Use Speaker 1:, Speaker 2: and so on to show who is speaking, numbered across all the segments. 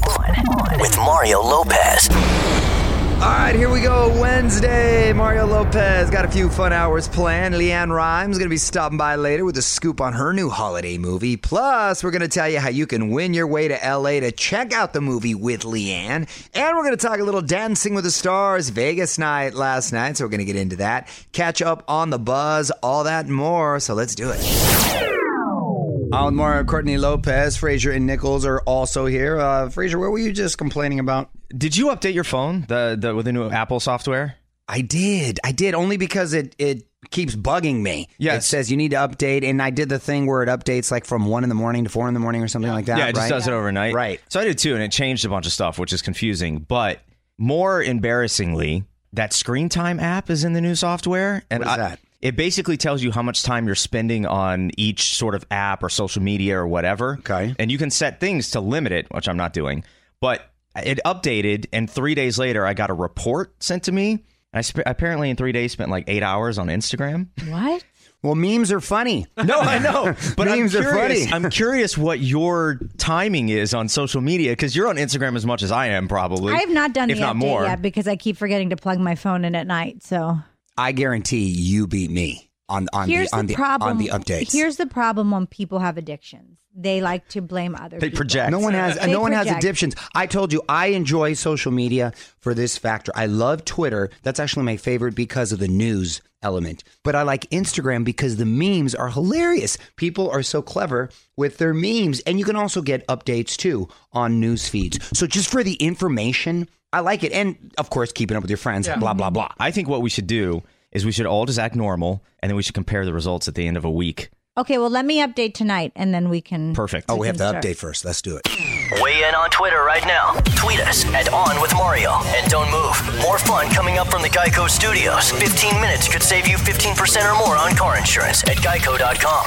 Speaker 1: on with Mario Lopez.
Speaker 2: All right, here we go. Wednesday, Mario Lopez got a few fun hours planned. Leanne Rhymes going to be stopping by later with a scoop on her new holiday movie. Plus, we're going to tell you how you can win your way to LA to check out the movie with Leanne. And we're going to talk a little Dancing with the Stars Vegas night last night, so we're going to get into that. Catch up on the buzz, all that and more. So let's do it. Alan Mara, Courtney Lopez, Frazier, and Nichols are also here. Uh, Frazier, what were you just complaining about?
Speaker 3: Did you update your phone the, the with the new Apple software?
Speaker 2: I did. I did only because it it keeps bugging me. It
Speaker 3: Yes.
Speaker 2: says you need to update, and I did the thing where it updates like from one in the morning to four in the morning or something like that.
Speaker 3: yeah, it just
Speaker 2: right?
Speaker 3: does it overnight.
Speaker 2: Right.
Speaker 3: So I did too, and it changed a bunch of stuff, which is confusing. But more embarrassingly, that screen time app is in the new software. And
Speaker 2: What is
Speaker 3: I-
Speaker 2: that?
Speaker 3: It basically tells you how much time you're spending on each sort of app or social media or whatever.
Speaker 2: Okay.
Speaker 3: And you can set things to limit it, which I'm not doing. But it updated, and three days later, I got a report sent to me. I sp- apparently, in three days, spent like eight hours on Instagram.
Speaker 4: What?
Speaker 2: Well, memes are funny.
Speaker 3: No, I know, but I'm
Speaker 2: Memes are
Speaker 3: curious.
Speaker 2: funny.
Speaker 3: I'm curious what your timing is on social media because you're on Instagram as much as I am, probably.
Speaker 4: I have not done
Speaker 3: if
Speaker 4: the
Speaker 3: not
Speaker 4: update
Speaker 3: more.
Speaker 4: yet because I keep forgetting to plug my phone in at night. So
Speaker 2: I guarantee you beat me on on
Speaker 4: here's
Speaker 2: the on the,
Speaker 4: problem
Speaker 2: on the updates.
Speaker 4: Here's the problem when people have addictions. They like to blame other
Speaker 3: They
Speaker 4: people.
Speaker 3: project.
Speaker 2: no one has
Speaker 4: They
Speaker 2: no one has
Speaker 4: project.
Speaker 2: addictions. I told you I enjoy social media for this factor. I love Twitter. That's actually my favorite because of the news element. But I like Instagram because the memes are hilarious. People are so clever with their memes and you can also get updates too on news feeds. So just for the information, I like it and of course keeping up with your friends, blah blah blah.
Speaker 4: Mm-hmm.
Speaker 3: I think what we should do is we should all just act normal, and then we should compare the results at the end of a week.
Speaker 4: Okay, well, let me update tonight, and then we can.
Speaker 3: Perfect.
Speaker 2: Oh, we have to
Speaker 4: Start.
Speaker 2: update first. Let's do it.
Speaker 1: Weigh in on Twitter right now. Tweet us at On With Mario. And don't move. More fun coming up from the Geico Studios. 15 minutes could save you 15% or more on car insurance at geico.com.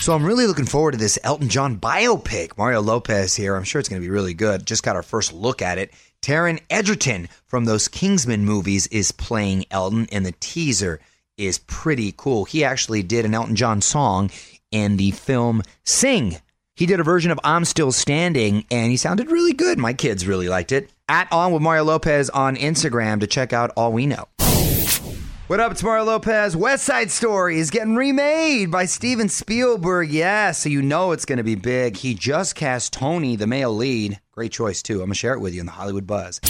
Speaker 2: So I'm really looking forward to this Elton John biopic. Mario Lopez here. I'm sure it's going to be really good. Just got our first look at it. Taryn Edgerton from those Kingsman movies is playing Elton, and the teaser is pretty cool. He actually did an Elton John song in the film Sing. He did a version of I'm Still Standing, and he sounded really good. My kids really liked it. At On with Mario Lopez on Instagram to check out all we know. What up, it's Mario Lopez. West Side Story is getting remade by Steven Spielberg. Yes, so you know it's going to be big. He just cast Tony, the male lead. Great choice, too. I'm going to share it with you in the Hollywood Buzz.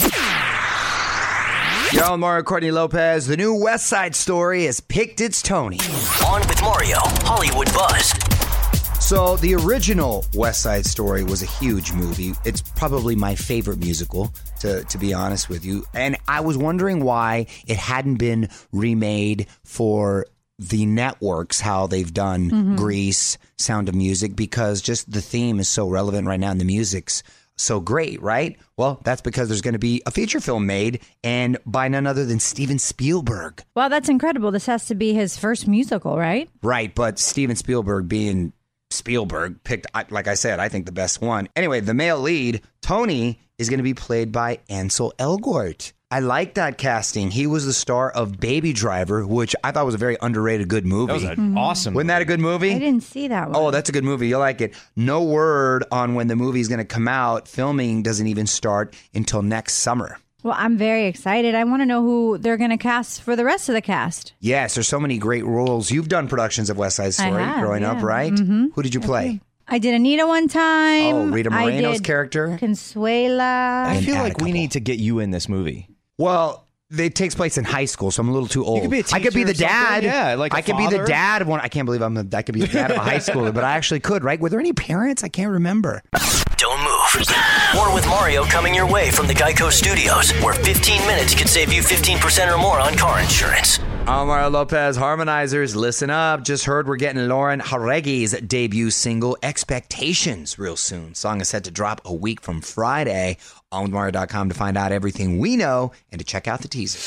Speaker 2: Y'all, Mario Courtney Lopez. The new West Side Story has picked its Tony.
Speaker 1: On With Mario. Hollywood Buzz.
Speaker 2: So, the original West Side Story was a huge movie. It's probably my favorite musical, to, to be honest with you. And I was wondering why it hadn't been remade for the networks, how they've done Grease, Sound of Music, because just the theme is so relevant right now and the music's so great, right? Well, that's because there's going to be a feature film made and by none other than Steven Spielberg.
Speaker 4: Wow, that's incredible. This has to be his first musical, right?
Speaker 2: Right, but Steven Spielberg being Spielberg picked, I- like I said, I think the best one. Anyway, the male lead, Tony, is going to be played by Ansel Elgort. I like that casting. He was the star of Baby Driver, which I thought was a very underrated good movie.
Speaker 3: That was an
Speaker 4: Mm-hmm.
Speaker 3: awesome.
Speaker 2: Wasn't that a good movie?
Speaker 4: I didn't see that one.
Speaker 2: Oh, that's a good movie. You'll like it. No word on when the movie's going to come out. Filming doesn't even start until next summer.
Speaker 4: well, I'm very excited. I want to know who they're going to cast for the rest of the cast.
Speaker 2: Yes, there's so many great roles. You've done productions of West Side
Speaker 4: I
Speaker 2: Story
Speaker 4: have,
Speaker 2: growing up,
Speaker 4: yeah.
Speaker 2: right? Who did you play?
Speaker 4: I did Anita one time.
Speaker 2: Oh, Rita
Speaker 4: I
Speaker 2: Moreno's
Speaker 4: did
Speaker 2: character?
Speaker 4: Consuela.
Speaker 3: I
Speaker 2: And
Speaker 3: feel
Speaker 2: add a
Speaker 3: like we
Speaker 2: couple.
Speaker 3: need to get you in this movie.
Speaker 2: Well, it takes place in high school, so I'm a little too old.
Speaker 3: could be a
Speaker 2: I could be the
Speaker 3: teacher or
Speaker 2: dad.
Speaker 3: something, yeah, like a
Speaker 2: I could be the
Speaker 3: father.
Speaker 2: dad of one. I can't believe I'm. A, I could be the dad of a high schooler, but I actually could. Right? Were there any parents? I can't remember.
Speaker 1: Don't move. More with Mario coming your way from the Geico Studios, where 15 minutes could save you 15% or more on car insurance.
Speaker 2: Omar Lopez, harmonizers, listen up. Just heard we're getting Lauren Harregi's debut single, Expectations, real soon. Song is set to drop a week from Friday. OnWithMario.com to find out everything we know and to check out the teaser.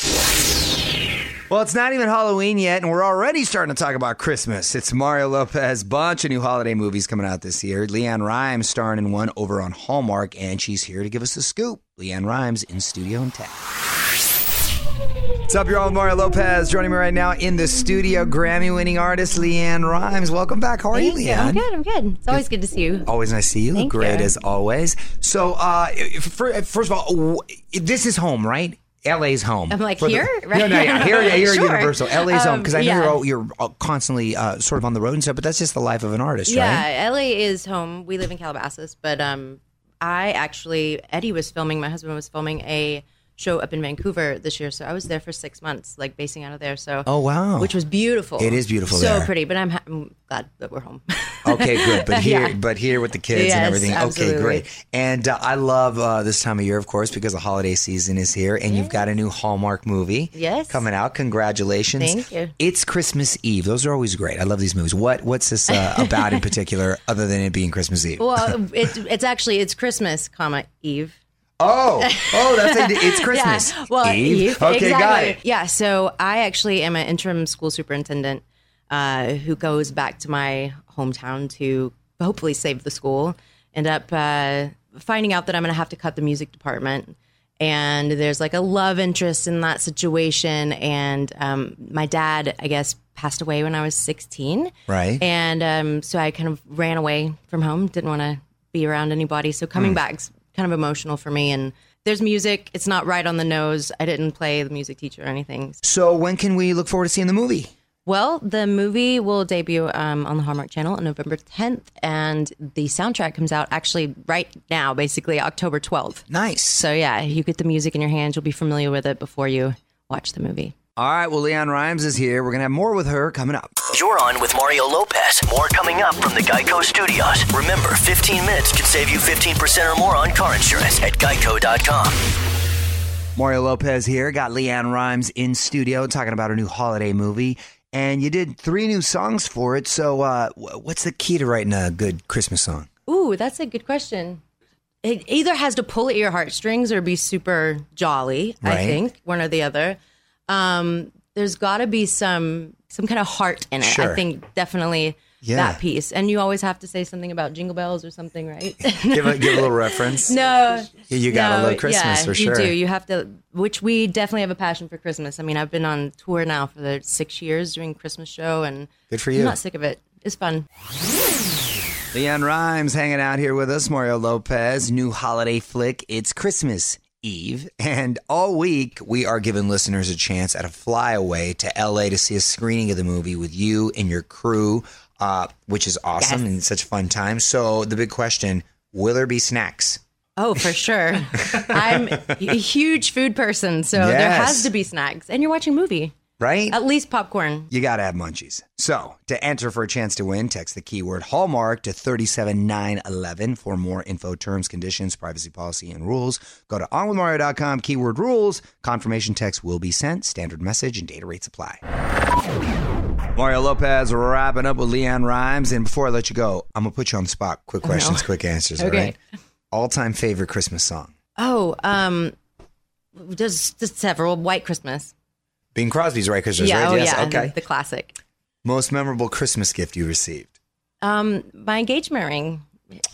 Speaker 2: Well, it's not even Halloween yet, and we're already starting to talk about Christmas. It's Mario Lopez, bunch of new holiday movies coming out this year. Leanne Rhymes starring in one over on Hallmark, and she's here to give us the scoop. Leanne Rhymes in studio in tech. What's up, y'all? Mario Lopez joining me right now in the studio. Grammy-winning artist Leanne Rhymes. Welcome back. How are you,
Speaker 5: Thank you. I'm
Speaker 2: Leanne?
Speaker 5: good. I'm good. It's always good to see you.
Speaker 2: Always nice to see you. Look
Speaker 5: Thank
Speaker 2: Great
Speaker 5: you.
Speaker 2: as always. So, uh, if- for, first of all, w- this is home, right? LA's home.
Speaker 5: I'm like,
Speaker 2: For the-
Speaker 5: here? Right?
Speaker 2: No, no, yeah, here, yeah, here, at
Speaker 5: Sure.
Speaker 2: Universal. LA's home
Speaker 5: Um,
Speaker 2: because I know
Speaker 5: yeah.
Speaker 2: you're all, you're all constantly uh, sort of on the road and stuff, but that's just the life of an artist, right?
Speaker 5: Yeah, LA is home. We live in Calabasas, but um, I actually Eddie was filming. My husband was filming a show up in Vancouver this year, so I was there for six months, like basing out of there. So
Speaker 2: Oh wow.
Speaker 5: which was beautiful.
Speaker 2: It is beautiful
Speaker 5: so
Speaker 2: there. Oh.
Speaker 5: pretty. But I'm, ha- I'm glad that we're home.
Speaker 2: Okay, good. But here,
Speaker 5: Yeah.
Speaker 2: but here with the kids and
Speaker 5: Yes,
Speaker 2: everything. Okay,
Speaker 5: absolutely.
Speaker 2: great. And uh, I love uh, this time of year, of course, because the holiday season is here, and you've got a new Hallmark movie.
Speaker 5: Yes.
Speaker 2: coming out. Congratulations.
Speaker 5: Thank you.
Speaker 2: It's Christmas Eve. Those are always great. I love these movies. What What's this uh, about in particular, other than it being Christmas Eve?
Speaker 5: well, it, it's actually it's Christmas, comma Eve.
Speaker 2: Oh, oh, that's it. It's Christmas.
Speaker 5: Yeah. Well,
Speaker 2: Eve.
Speaker 5: Eve.
Speaker 2: Okay, got
Speaker 5: Exactly.
Speaker 2: it.
Speaker 5: Yeah. So I actually am an interim school superintendent uh, who goes back to my hometown to hopefully save the school. End up uh, finding out that I'm going to have to cut the music department. And there's like a love interest in that situation. And um, my dad, I guess, passed away when I was 16.
Speaker 2: Right.
Speaker 5: And um, so I kind of ran away from home, didn't want to be around anybody. So coming back's kind of emotional for me. And there's music, it's not right on the nose. I didn't play the music teacher or anything.
Speaker 2: So, when can we look forward to seeing the movie?
Speaker 5: Well, the movie will debut um, on the Hallmark Channel on November 10th, and the soundtrack comes out actually right now, basically October 12th.
Speaker 2: Nice.
Speaker 5: So, yeah, you get the music in your hands, you'll be familiar with it before you watch the movie.
Speaker 2: All right. Well, Leon Rhymes is here. We're gonna have more with her coming up.
Speaker 1: You're on with Mario Lopez. More coming up from the Geico Studios. Remember, 15 minutes could save you 15% or more on car insurance at geico.com.
Speaker 2: Mario Lopez here. Got Leanne Rhymes in studio talking about her new holiday movie. And you did three new songs for it. So, uh, wh- what's the key to writing a good Christmas song?
Speaker 5: Ooh, that's a good question. It either has to pull at your heartstrings or be super jolly.
Speaker 2: Right.
Speaker 5: I think one or the other. Um, there's got to be some some kind of heart in it.
Speaker 2: Sure.
Speaker 5: I think definitely
Speaker 2: Yeah.
Speaker 5: that piece. And you always have to say something about jingle bells or something, right?
Speaker 2: Give a, give a little reference.
Speaker 5: no,
Speaker 2: You gotta
Speaker 5: no,
Speaker 2: love Christmas
Speaker 5: yeah,
Speaker 2: for sure.
Speaker 5: You do. You have to. Which we definitely have a passion for Christmas. I mean, I've been on tour now for the six years doing Christmas show, and
Speaker 2: Good for you.
Speaker 5: I'm not sick of it. It's fun.
Speaker 2: Leanne Rhymes hanging out here with us. Mario Lopez, new holiday flick. It's Christmas Eve. And all week, we are giving listeners a chance at a flyaway to LA to see a screening of the movie with you and your crew, uh, which is awesome and such a fun time. So, the big question will there be snacks?
Speaker 5: Oh, for sure. I'm a huge food person, so there
Speaker 2: Yes.
Speaker 5: has to be snacks. And you're watching a movie,
Speaker 2: Right?
Speaker 5: at least popcorn.
Speaker 2: You gotta have munchies. So, to enter for a chance to win, text the keyword Hallmark to 37911 for more info, terms, conditions, privacy policy, and rules. Go to onwithmario.com, keyword rules. Confirmation text will be sent. Standard message and data rates apply. Mario Lopez wrapping up with Leon Rhymes. And before I let you go, I'm gonna put you on the spot. Quick questions, quick answers, all
Speaker 5: Oh, Okay.
Speaker 2: right? All time favorite Christmas song?
Speaker 5: Oh, um, there's, there's several. White Christmas.
Speaker 2: Bing Crosby's right, Christmas, right?
Speaker 5: oh,
Speaker 2: yes,
Speaker 5: yeah.
Speaker 2: okay.
Speaker 5: The, the classic.
Speaker 2: Most memorable Christmas gift you received?
Speaker 5: Um, my engagement ring.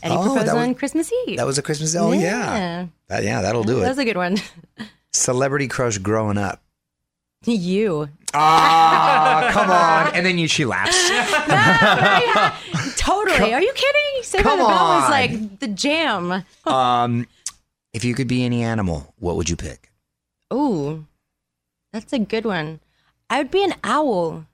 Speaker 5: Eddie
Speaker 2: Oh,
Speaker 5: proposed
Speaker 2: that was-
Speaker 5: on Christmas Eve.
Speaker 2: That was a Christmas. Oh, yeah.
Speaker 5: Yeah.
Speaker 2: That, yeah, that'll do
Speaker 5: That
Speaker 2: it.
Speaker 5: was a good one.
Speaker 2: Celebrity crush growing up.
Speaker 5: you.
Speaker 2: Ah, come on. And then you, she laughs.
Speaker 5: Totally. Are you kidding? Saved
Speaker 2: come
Speaker 5: by the Bell
Speaker 2: on.
Speaker 5: was like the jam.
Speaker 2: Um, if you could be any animal, what would you pick?
Speaker 5: Oh, that's a good one. I would be an owl.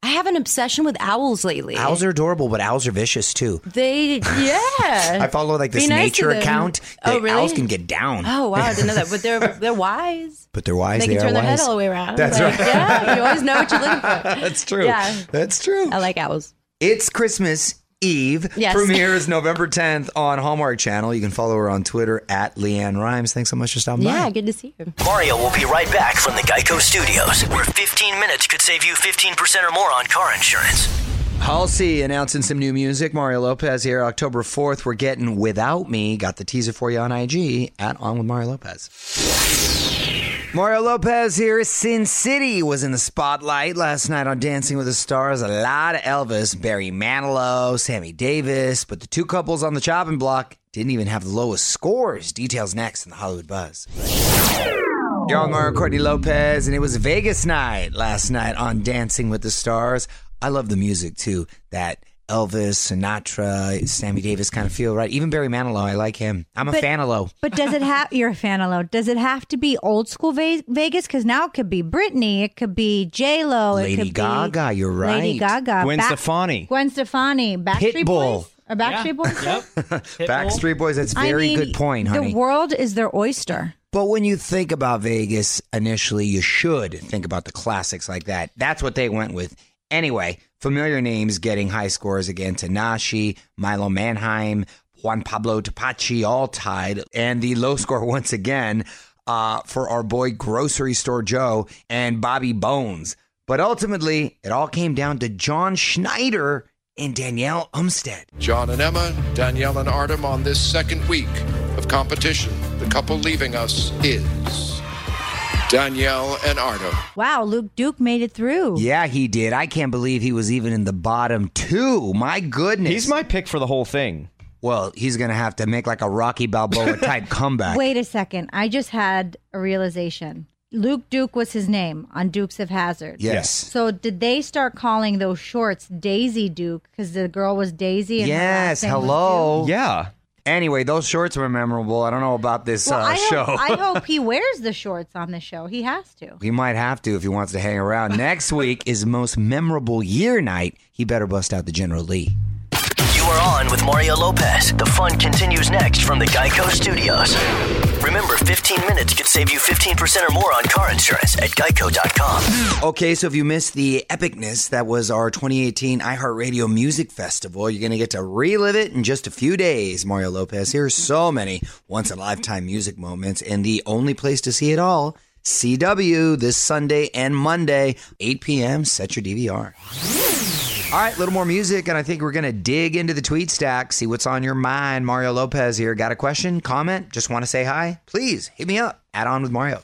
Speaker 5: I have an obsession with owls lately.
Speaker 2: Owls are adorable, but owls are vicious too.
Speaker 5: They,
Speaker 2: I
Speaker 5: yeah.
Speaker 2: follow like this
Speaker 5: Be nice to
Speaker 2: nature
Speaker 5: them.
Speaker 2: account.
Speaker 5: Oh,
Speaker 2: that
Speaker 5: really?
Speaker 2: Owls can get down,
Speaker 5: oh wow, I didn't know that. But they're they're wise.
Speaker 2: but they're wise.
Speaker 5: They
Speaker 2: They,
Speaker 5: can
Speaker 2: are
Speaker 5: turn their head
Speaker 2: wise.
Speaker 5: all the way around.
Speaker 2: That's
Speaker 5: Like,
Speaker 2: right.
Speaker 5: Yeah, you always know what you're looking for.
Speaker 2: That's true.
Speaker 5: Yeah.
Speaker 2: That's true.
Speaker 5: I like owls.
Speaker 2: It's Christmas Eve.
Speaker 5: Yes.
Speaker 2: Premieres November 10th on Hallmark Channel. You can follow her on Twitter at Leanne Rhymes. Thanks so much for stopping by.
Speaker 5: Yeah, good to see you.
Speaker 1: Mario will be right back from the Geico Studios, where 15 minutes could save you 15% or more on car insurance.
Speaker 2: Halsey announcing some new music. Mario Lopez here, October 4th. We're getting Without Me. Got the teaser for you on IG at On With Mario Lopez. Mario Lopez here. Sin City was in the spotlight last night on Dancing with the Stars. A lot of Elvis, Barry Manilow, Sammy Davis, but the two couples on the chopping block didn't even have the lowest scores. Details next in the Hollywood Buzz. You're on Mario Courtney Lopez, and it was Vegas night last night on Dancing with the Stars. I love the music too. That Elvis, Sinatra, Sammy Davis kind of feel, right? Even Barry Manilow, I like him. I'm a
Speaker 4: But-
Speaker 2: fan of Low.
Speaker 4: But does it have? You're a fan of Lo. Does it have to be old school Ve- Vegas? Because now it could be Britney, it could be J Lo, it
Speaker 2: Lady
Speaker 4: could be
Speaker 2: Gaga, you're right.
Speaker 4: Lady Gaga,
Speaker 3: Gwen
Speaker 4: Back-
Speaker 3: Stefani.
Speaker 4: Gwen Stefani, Backstreet
Speaker 2: Pitbull.
Speaker 4: Boys, or Backstreet Boys.
Speaker 6: Yep. Pitbull.
Speaker 2: Backstreet Boys, that's
Speaker 4: I
Speaker 2: very
Speaker 4: mean,
Speaker 2: good point, honey.
Speaker 4: The world is their oyster.
Speaker 2: But when you think about Vegas initially, you should think about the classics like that. That's what they went with. Anyway, familiar names getting high scores again. Tanashi, Milo Manheim, Juan Pablo Tapachi all tied. And the low score once again uh, for our boy Grocery Store Joe and Bobby Bones. But ultimately, it all came down to John Schneider and Danielle Umstead.
Speaker 7: John and Emma, Danielle and Artem on this second week of competition. The couple leaving us is Danielle and Artem.
Speaker 4: Wow, Luke Duke made it through.
Speaker 2: Yeah, he did. I can't believe he was even in the bottom two. My goodness.
Speaker 3: He's my pick for the whole thing.
Speaker 2: Well, he's going to have to make like a Rocky Balboa type comeback.
Speaker 4: Wait a second. I just had a realization. Luke Duke was his name on Dukes of Hazard.
Speaker 2: Yes.
Speaker 4: So did they start calling those shorts Daisy Duke because the girl was Daisy? And her
Speaker 2: Yes.
Speaker 4: last name was Duke?
Speaker 2: Hello.
Speaker 3: Yeah.
Speaker 2: Anyway, those shorts were memorable. I don't know about this
Speaker 4: Well,
Speaker 2: uh,
Speaker 4: I,
Speaker 2: show.
Speaker 4: hope, I hope he wears the shorts on the show. He has to.
Speaker 2: he might have to if he wants to hang around. Next week is most memorable year night. He better bust out the General Lee.
Speaker 1: You are on with Mario Lopez. The fun continues next from the Geico Studios. Remember, 15 minutes could save you 15% or more on car insurance at geico.com.
Speaker 2: Okay, so if you missed the epicness that was our 2018 iHeartRadio Music Festival, you're going to get to relive it in just a few days. Mario Lopez here. So many once in a lifetime music moments, and the only place to see it all. CW this Sunday and Monday, 8 p.m. Set your DVR. All right, a little more music, and I think we're going to dig into the tweet stack, see what's on your mind. Mario Lopez here. Got a question, comment, just want to say hi? Please hit me up. Add on with Mario.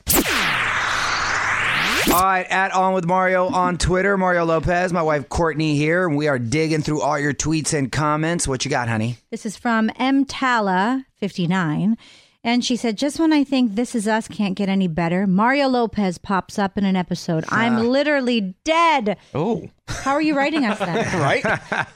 Speaker 2: All right, at On With Mario on Twitter, Mario Lopez, my wife Courtney here, and we are digging through all your tweets and comments. What you got, honey?
Speaker 4: This is from M. Tala, 59. And she said, just when I think This Is Us can't get any better, Mario Lopez pops up in an episode. I'm literally dead.
Speaker 3: Oh,
Speaker 4: How are you writing us that?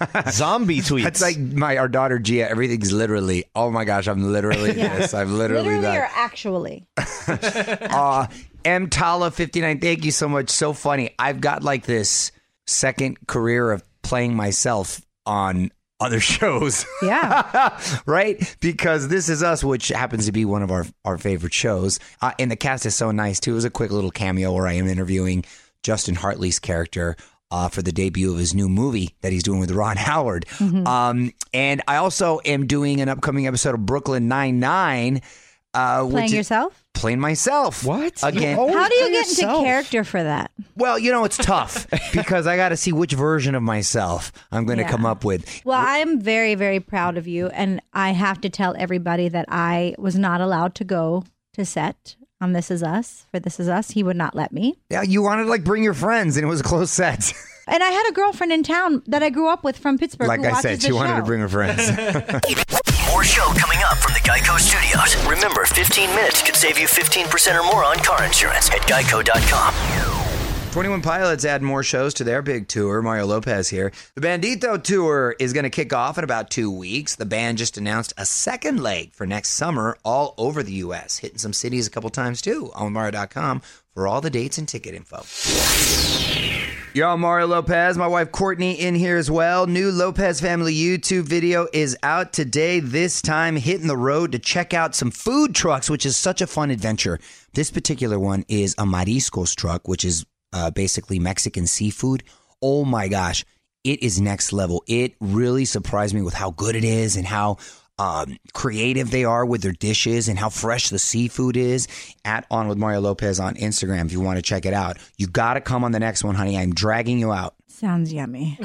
Speaker 3: right? Zombie tweets.
Speaker 2: That's like my our daughter Gia. Everything's literally. Oh my gosh, I'm literally this. I'm literally,
Speaker 4: Literally
Speaker 2: that.
Speaker 4: or actually?
Speaker 2: Uh, M Tala 59. Thank you so much. So funny. I've got like this second career of playing myself on other shows.
Speaker 4: Yeah.
Speaker 2: right? Because This Is Us, which happens to be one of our, our favorite shows. Uh, and the cast is so nice, too. It was a quick little cameo where I am interviewing Justin Hartley's character. Uh, for the debut of his new movie that he's doing with Ron Howard.
Speaker 4: Mm-hmm.
Speaker 2: Um, and I also am doing an upcoming episode of Brooklyn Nine-Nine. Uh, which
Speaker 4: Playing
Speaker 2: is-
Speaker 4: yourself?
Speaker 2: Playing myself.
Speaker 3: What?
Speaker 2: Again.
Speaker 3: You always
Speaker 4: How do you
Speaker 3: play
Speaker 4: get into
Speaker 3: yourself.
Speaker 4: character for that?
Speaker 2: Well, you know, it's tough because I got to see which version of myself I'm going to
Speaker 4: Yeah.
Speaker 2: come up with.
Speaker 4: Well, I'm very, very proud of you. And I have to tell everybody that I was not allowed to go to set on This Is Us for This Is Us. He would not let me.
Speaker 2: Yeah, you wanted to like bring your friends, and it was a close set.
Speaker 4: And I had a girlfriend in town that I grew up with from Pittsburgh.
Speaker 2: like
Speaker 4: who
Speaker 2: I
Speaker 4: watches
Speaker 2: said,
Speaker 4: the
Speaker 2: she wanted to
Speaker 4: show.
Speaker 2: bring her friends.
Speaker 1: More show coming up from the Geico Studios. Remember, 15 minutes could save you 15% or more on car insurance at geico.com.
Speaker 2: 21 Pilots add more shows to their big tour. Mario Lopez here. The Bandito Tour is going to kick off in about two weeks. The band just announced a second leg for next summer all over the U.S., hitting some cities a couple times too. On Mario.com for all the dates and ticket info. Y'all, Mario Lopez, my wife Courtney in here as well. New Lopez Family YouTube video is out today, this time hitting the road to check out some food trucks, which is such a fun adventure. This particular one is a mariscos truck, which is uh, basically Mexican seafood. Oh my gosh, it is next level. It really surprised me with how good it is and how um, creative they are with their dishes and how fresh the seafood is. At On with Mario Lopez on Instagram, if you want to check it out. You got to come on the next one, honey. I'm dragging you out.
Speaker 4: Sounds yummy.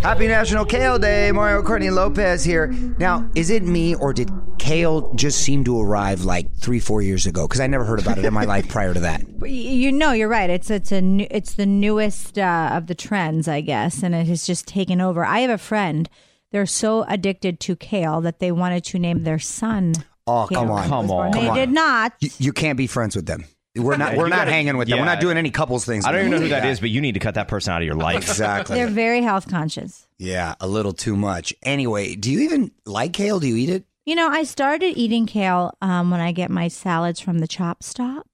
Speaker 2: Happy National Kale Day, Mario Courtney Lopez here. Now, is it me or did kale just seem to arrive like three, four years ago? Because I never heard about it in my life prior to that.
Speaker 4: But y- you know, you're right. It's it's a new, it's the newest uh, of the trends, I guess, and it has just taken over. I have a friend. They're so addicted to kale that they wanted to name their son
Speaker 2: Oh,
Speaker 4: Can't
Speaker 2: come
Speaker 4: remember
Speaker 2: on.
Speaker 4: who was
Speaker 3: Come
Speaker 4: born.
Speaker 3: on.
Speaker 4: They
Speaker 3: Come on.
Speaker 4: did not.
Speaker 2: You, you can't be friends with them. We're not.
Speaker 3: Yeah,
Speaker 2: We're
Speaker 3: you
Speaker 2: not
Speaker 3: gotta-
Speaker 2: hanging with them. We're not
Speaker 3: yeah.
Speaker 2: doing any couples things.
Speaker 3: I don't
Speaker 2: with
Speaker 3: even know
Speaker 2: them.
Speaker 3: who that
Speaker 2: Yeah.
Speaker 3: is, but you need to cut that person out of your life.
Speaker 4: They're
Speaker 2: Exactly.
Speaker 4: very health conscious.
Speaker 2: yeah, a little too much. Anyway, do you even like kale? Do you eat it?
Speaker 4: You know, I started eating kale um, when I get my salads from the Chop Stop,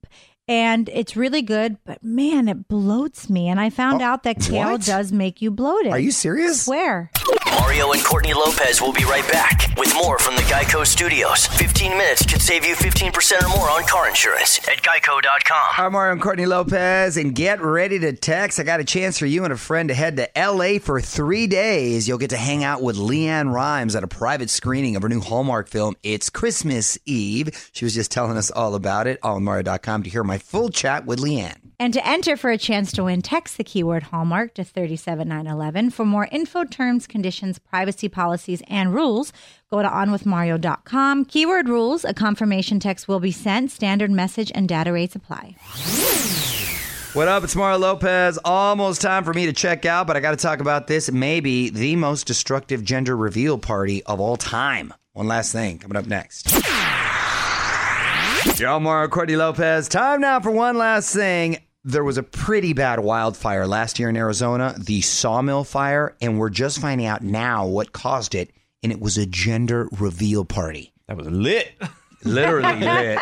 Speaker 4: and it's really good. But man, it bloats me. And I found out that kale
Speaker 2: Oh, what?
Speaker 4: does make you bloated.
Speaker 2: Are you serious?
Speaker 4: Swear.
Speaker 1: Mario and Courtney Lopez will be right back with more from the Geico Studios. 15 minutes could save you 15% or more on car insurance at geico.com.
Speaker 2: I'm Mario and Courtney Lopez, and get ready to text. I got a chance for you and a friend to head to LA for three days. You'll get to hang out with Leanne Rhymes at a private screening of her new Hallmark film, It's Christmas Eve. She was just telling us all about it. All on Mario.com to hear my full chat with Leanne.
Speaker 4: And to enter for a chance to win, text the keyword Hallmark to 37911. For more info, terms, conditions, privacy policies, and rules, go to onwithmario.com. Keyword rules, a confirmation text will be sent. Standard message and data rates apply.
Speaker 2: What up? It's Mario Lopez. Almost time for me to check out, but I got to talk about this. Maybe the most destructive gender reveal party of all time. One last thing coming up next. Y'all, Mario Courtney Lopez. Time now for one last thing. There was a pretty bad wildfire last year in Arizona, the sawmill fire, and we're just finding out now what caused it, and it was a gender reveal party.
Speaker 3: That was lit.
Speaker 2: Literally lit.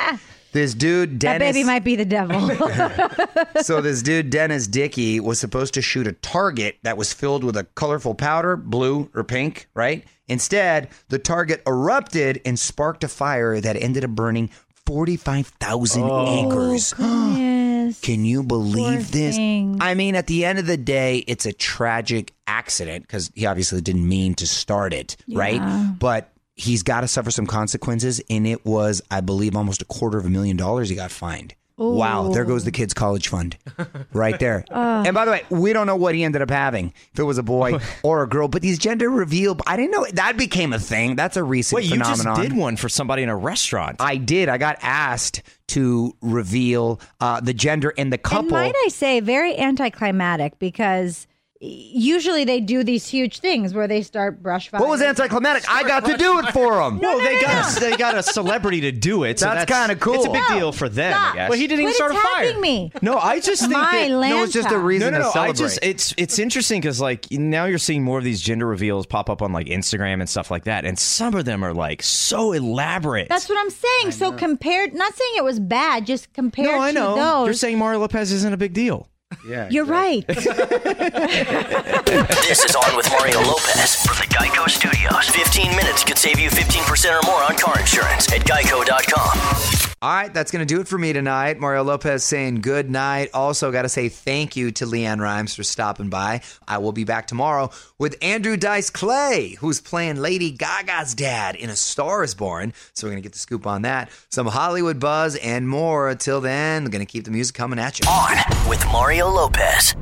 Speaker 2: This dude,
Speaker 4: That
Speaker 2: Dennis.
Speaker 4: baby might be the devil.
Speaker 2: so this dude Dennis Dickey was supposed to shoot a target that was filled with a colorful powder, blue or pink, right? Instead, the target erupted and sparked a fire that ended up burning 45,000 acres.
Speaker 4: yes.
Speaker 2: Can you believe
Speaker 4: Poor
Speaker 2: this?
Speaker 4: thing.
Speaker 2: I mean, at the end of the day, it's a tragic accident because he obviously didn't mean to start it, right? But he's got to suffer some consequences. And it was, I believe, almost a quarter of a million dollars he got fined. Wow, there goes the kid's college fund right there. and by the way, we don't know what he ended up having, if it was a boy or a girl, but these gender reveal, I didn't know that became a thing. That's a recent
Speaker 3: Wait, you
Speaker 2: phenomenon.
Speaker 3: just did one for somebody in a restaurant.
Speaker 2: I did. I got asked to reveal uh, the gender and the couple.
Speaker 4: And might I say, very anticlimactic because usually they do these huge things where they start brush
Speaker 2: what was
Speaker 4: fires.
Speaker 2: anticlimactic? I got to do it for him.
Speaker 3: well, they got they got a celebrity to do it. So
Speaker 2: That's
Speaker 3: that's
Speaker 2: kinda cool.
Speaker 3: It's a big
Speaker 2: No,
Speaker 3: deal for them.
Speaker 4: stop.
Speaker 3: I guess.
Speaker 4: Well, he
Speaker 3: didn't
Speaker 4: Quit attacking me.
Speaker 3: No, I just think
Speaker 4: My
Speaker 3: that,
Speaker 4: land.
Speaker 2: No, it's just a reason
Speaker 3: no, no,
Speaker 2: to
Speaker 3: no. I
Speaker 2: celebrate.
Speaker 3: just it's it's interesting because like now you're seeing more of these gender reveals pop up on like Instagram and stuff like that, and some of them are like so elaborate.
Speaker 4: That's what I'm saying. So compared, not saying it was bad, just compared
Speaker 3: no, I
Speaker 4: to
Speaker 3: know.
Speaker 4: those.
Speaker 3: You're saying Mario Lopez isn't a big deal.
Speaker 4: You're right.
Speaker 1: This is On with Mario Lopez from the Geico Studios. 15 minutes could save you 15% or more on car insurance at geico.com.
Speaker 2: All right, that's going to do it for me tonight. Mario Lopez saying good night. Also, got to say thank you to Leanne Rhymes for stopping by. I will be back tomorrow with Andrew Dice Clay, who's playing Lady Gaga's dad in A Star is Born. So, we're going to get the scoop on that, some Hollywood buzz, and more. Till then, we're going to keep the music coming at you.
Speaker 1: On with Mario Lopez.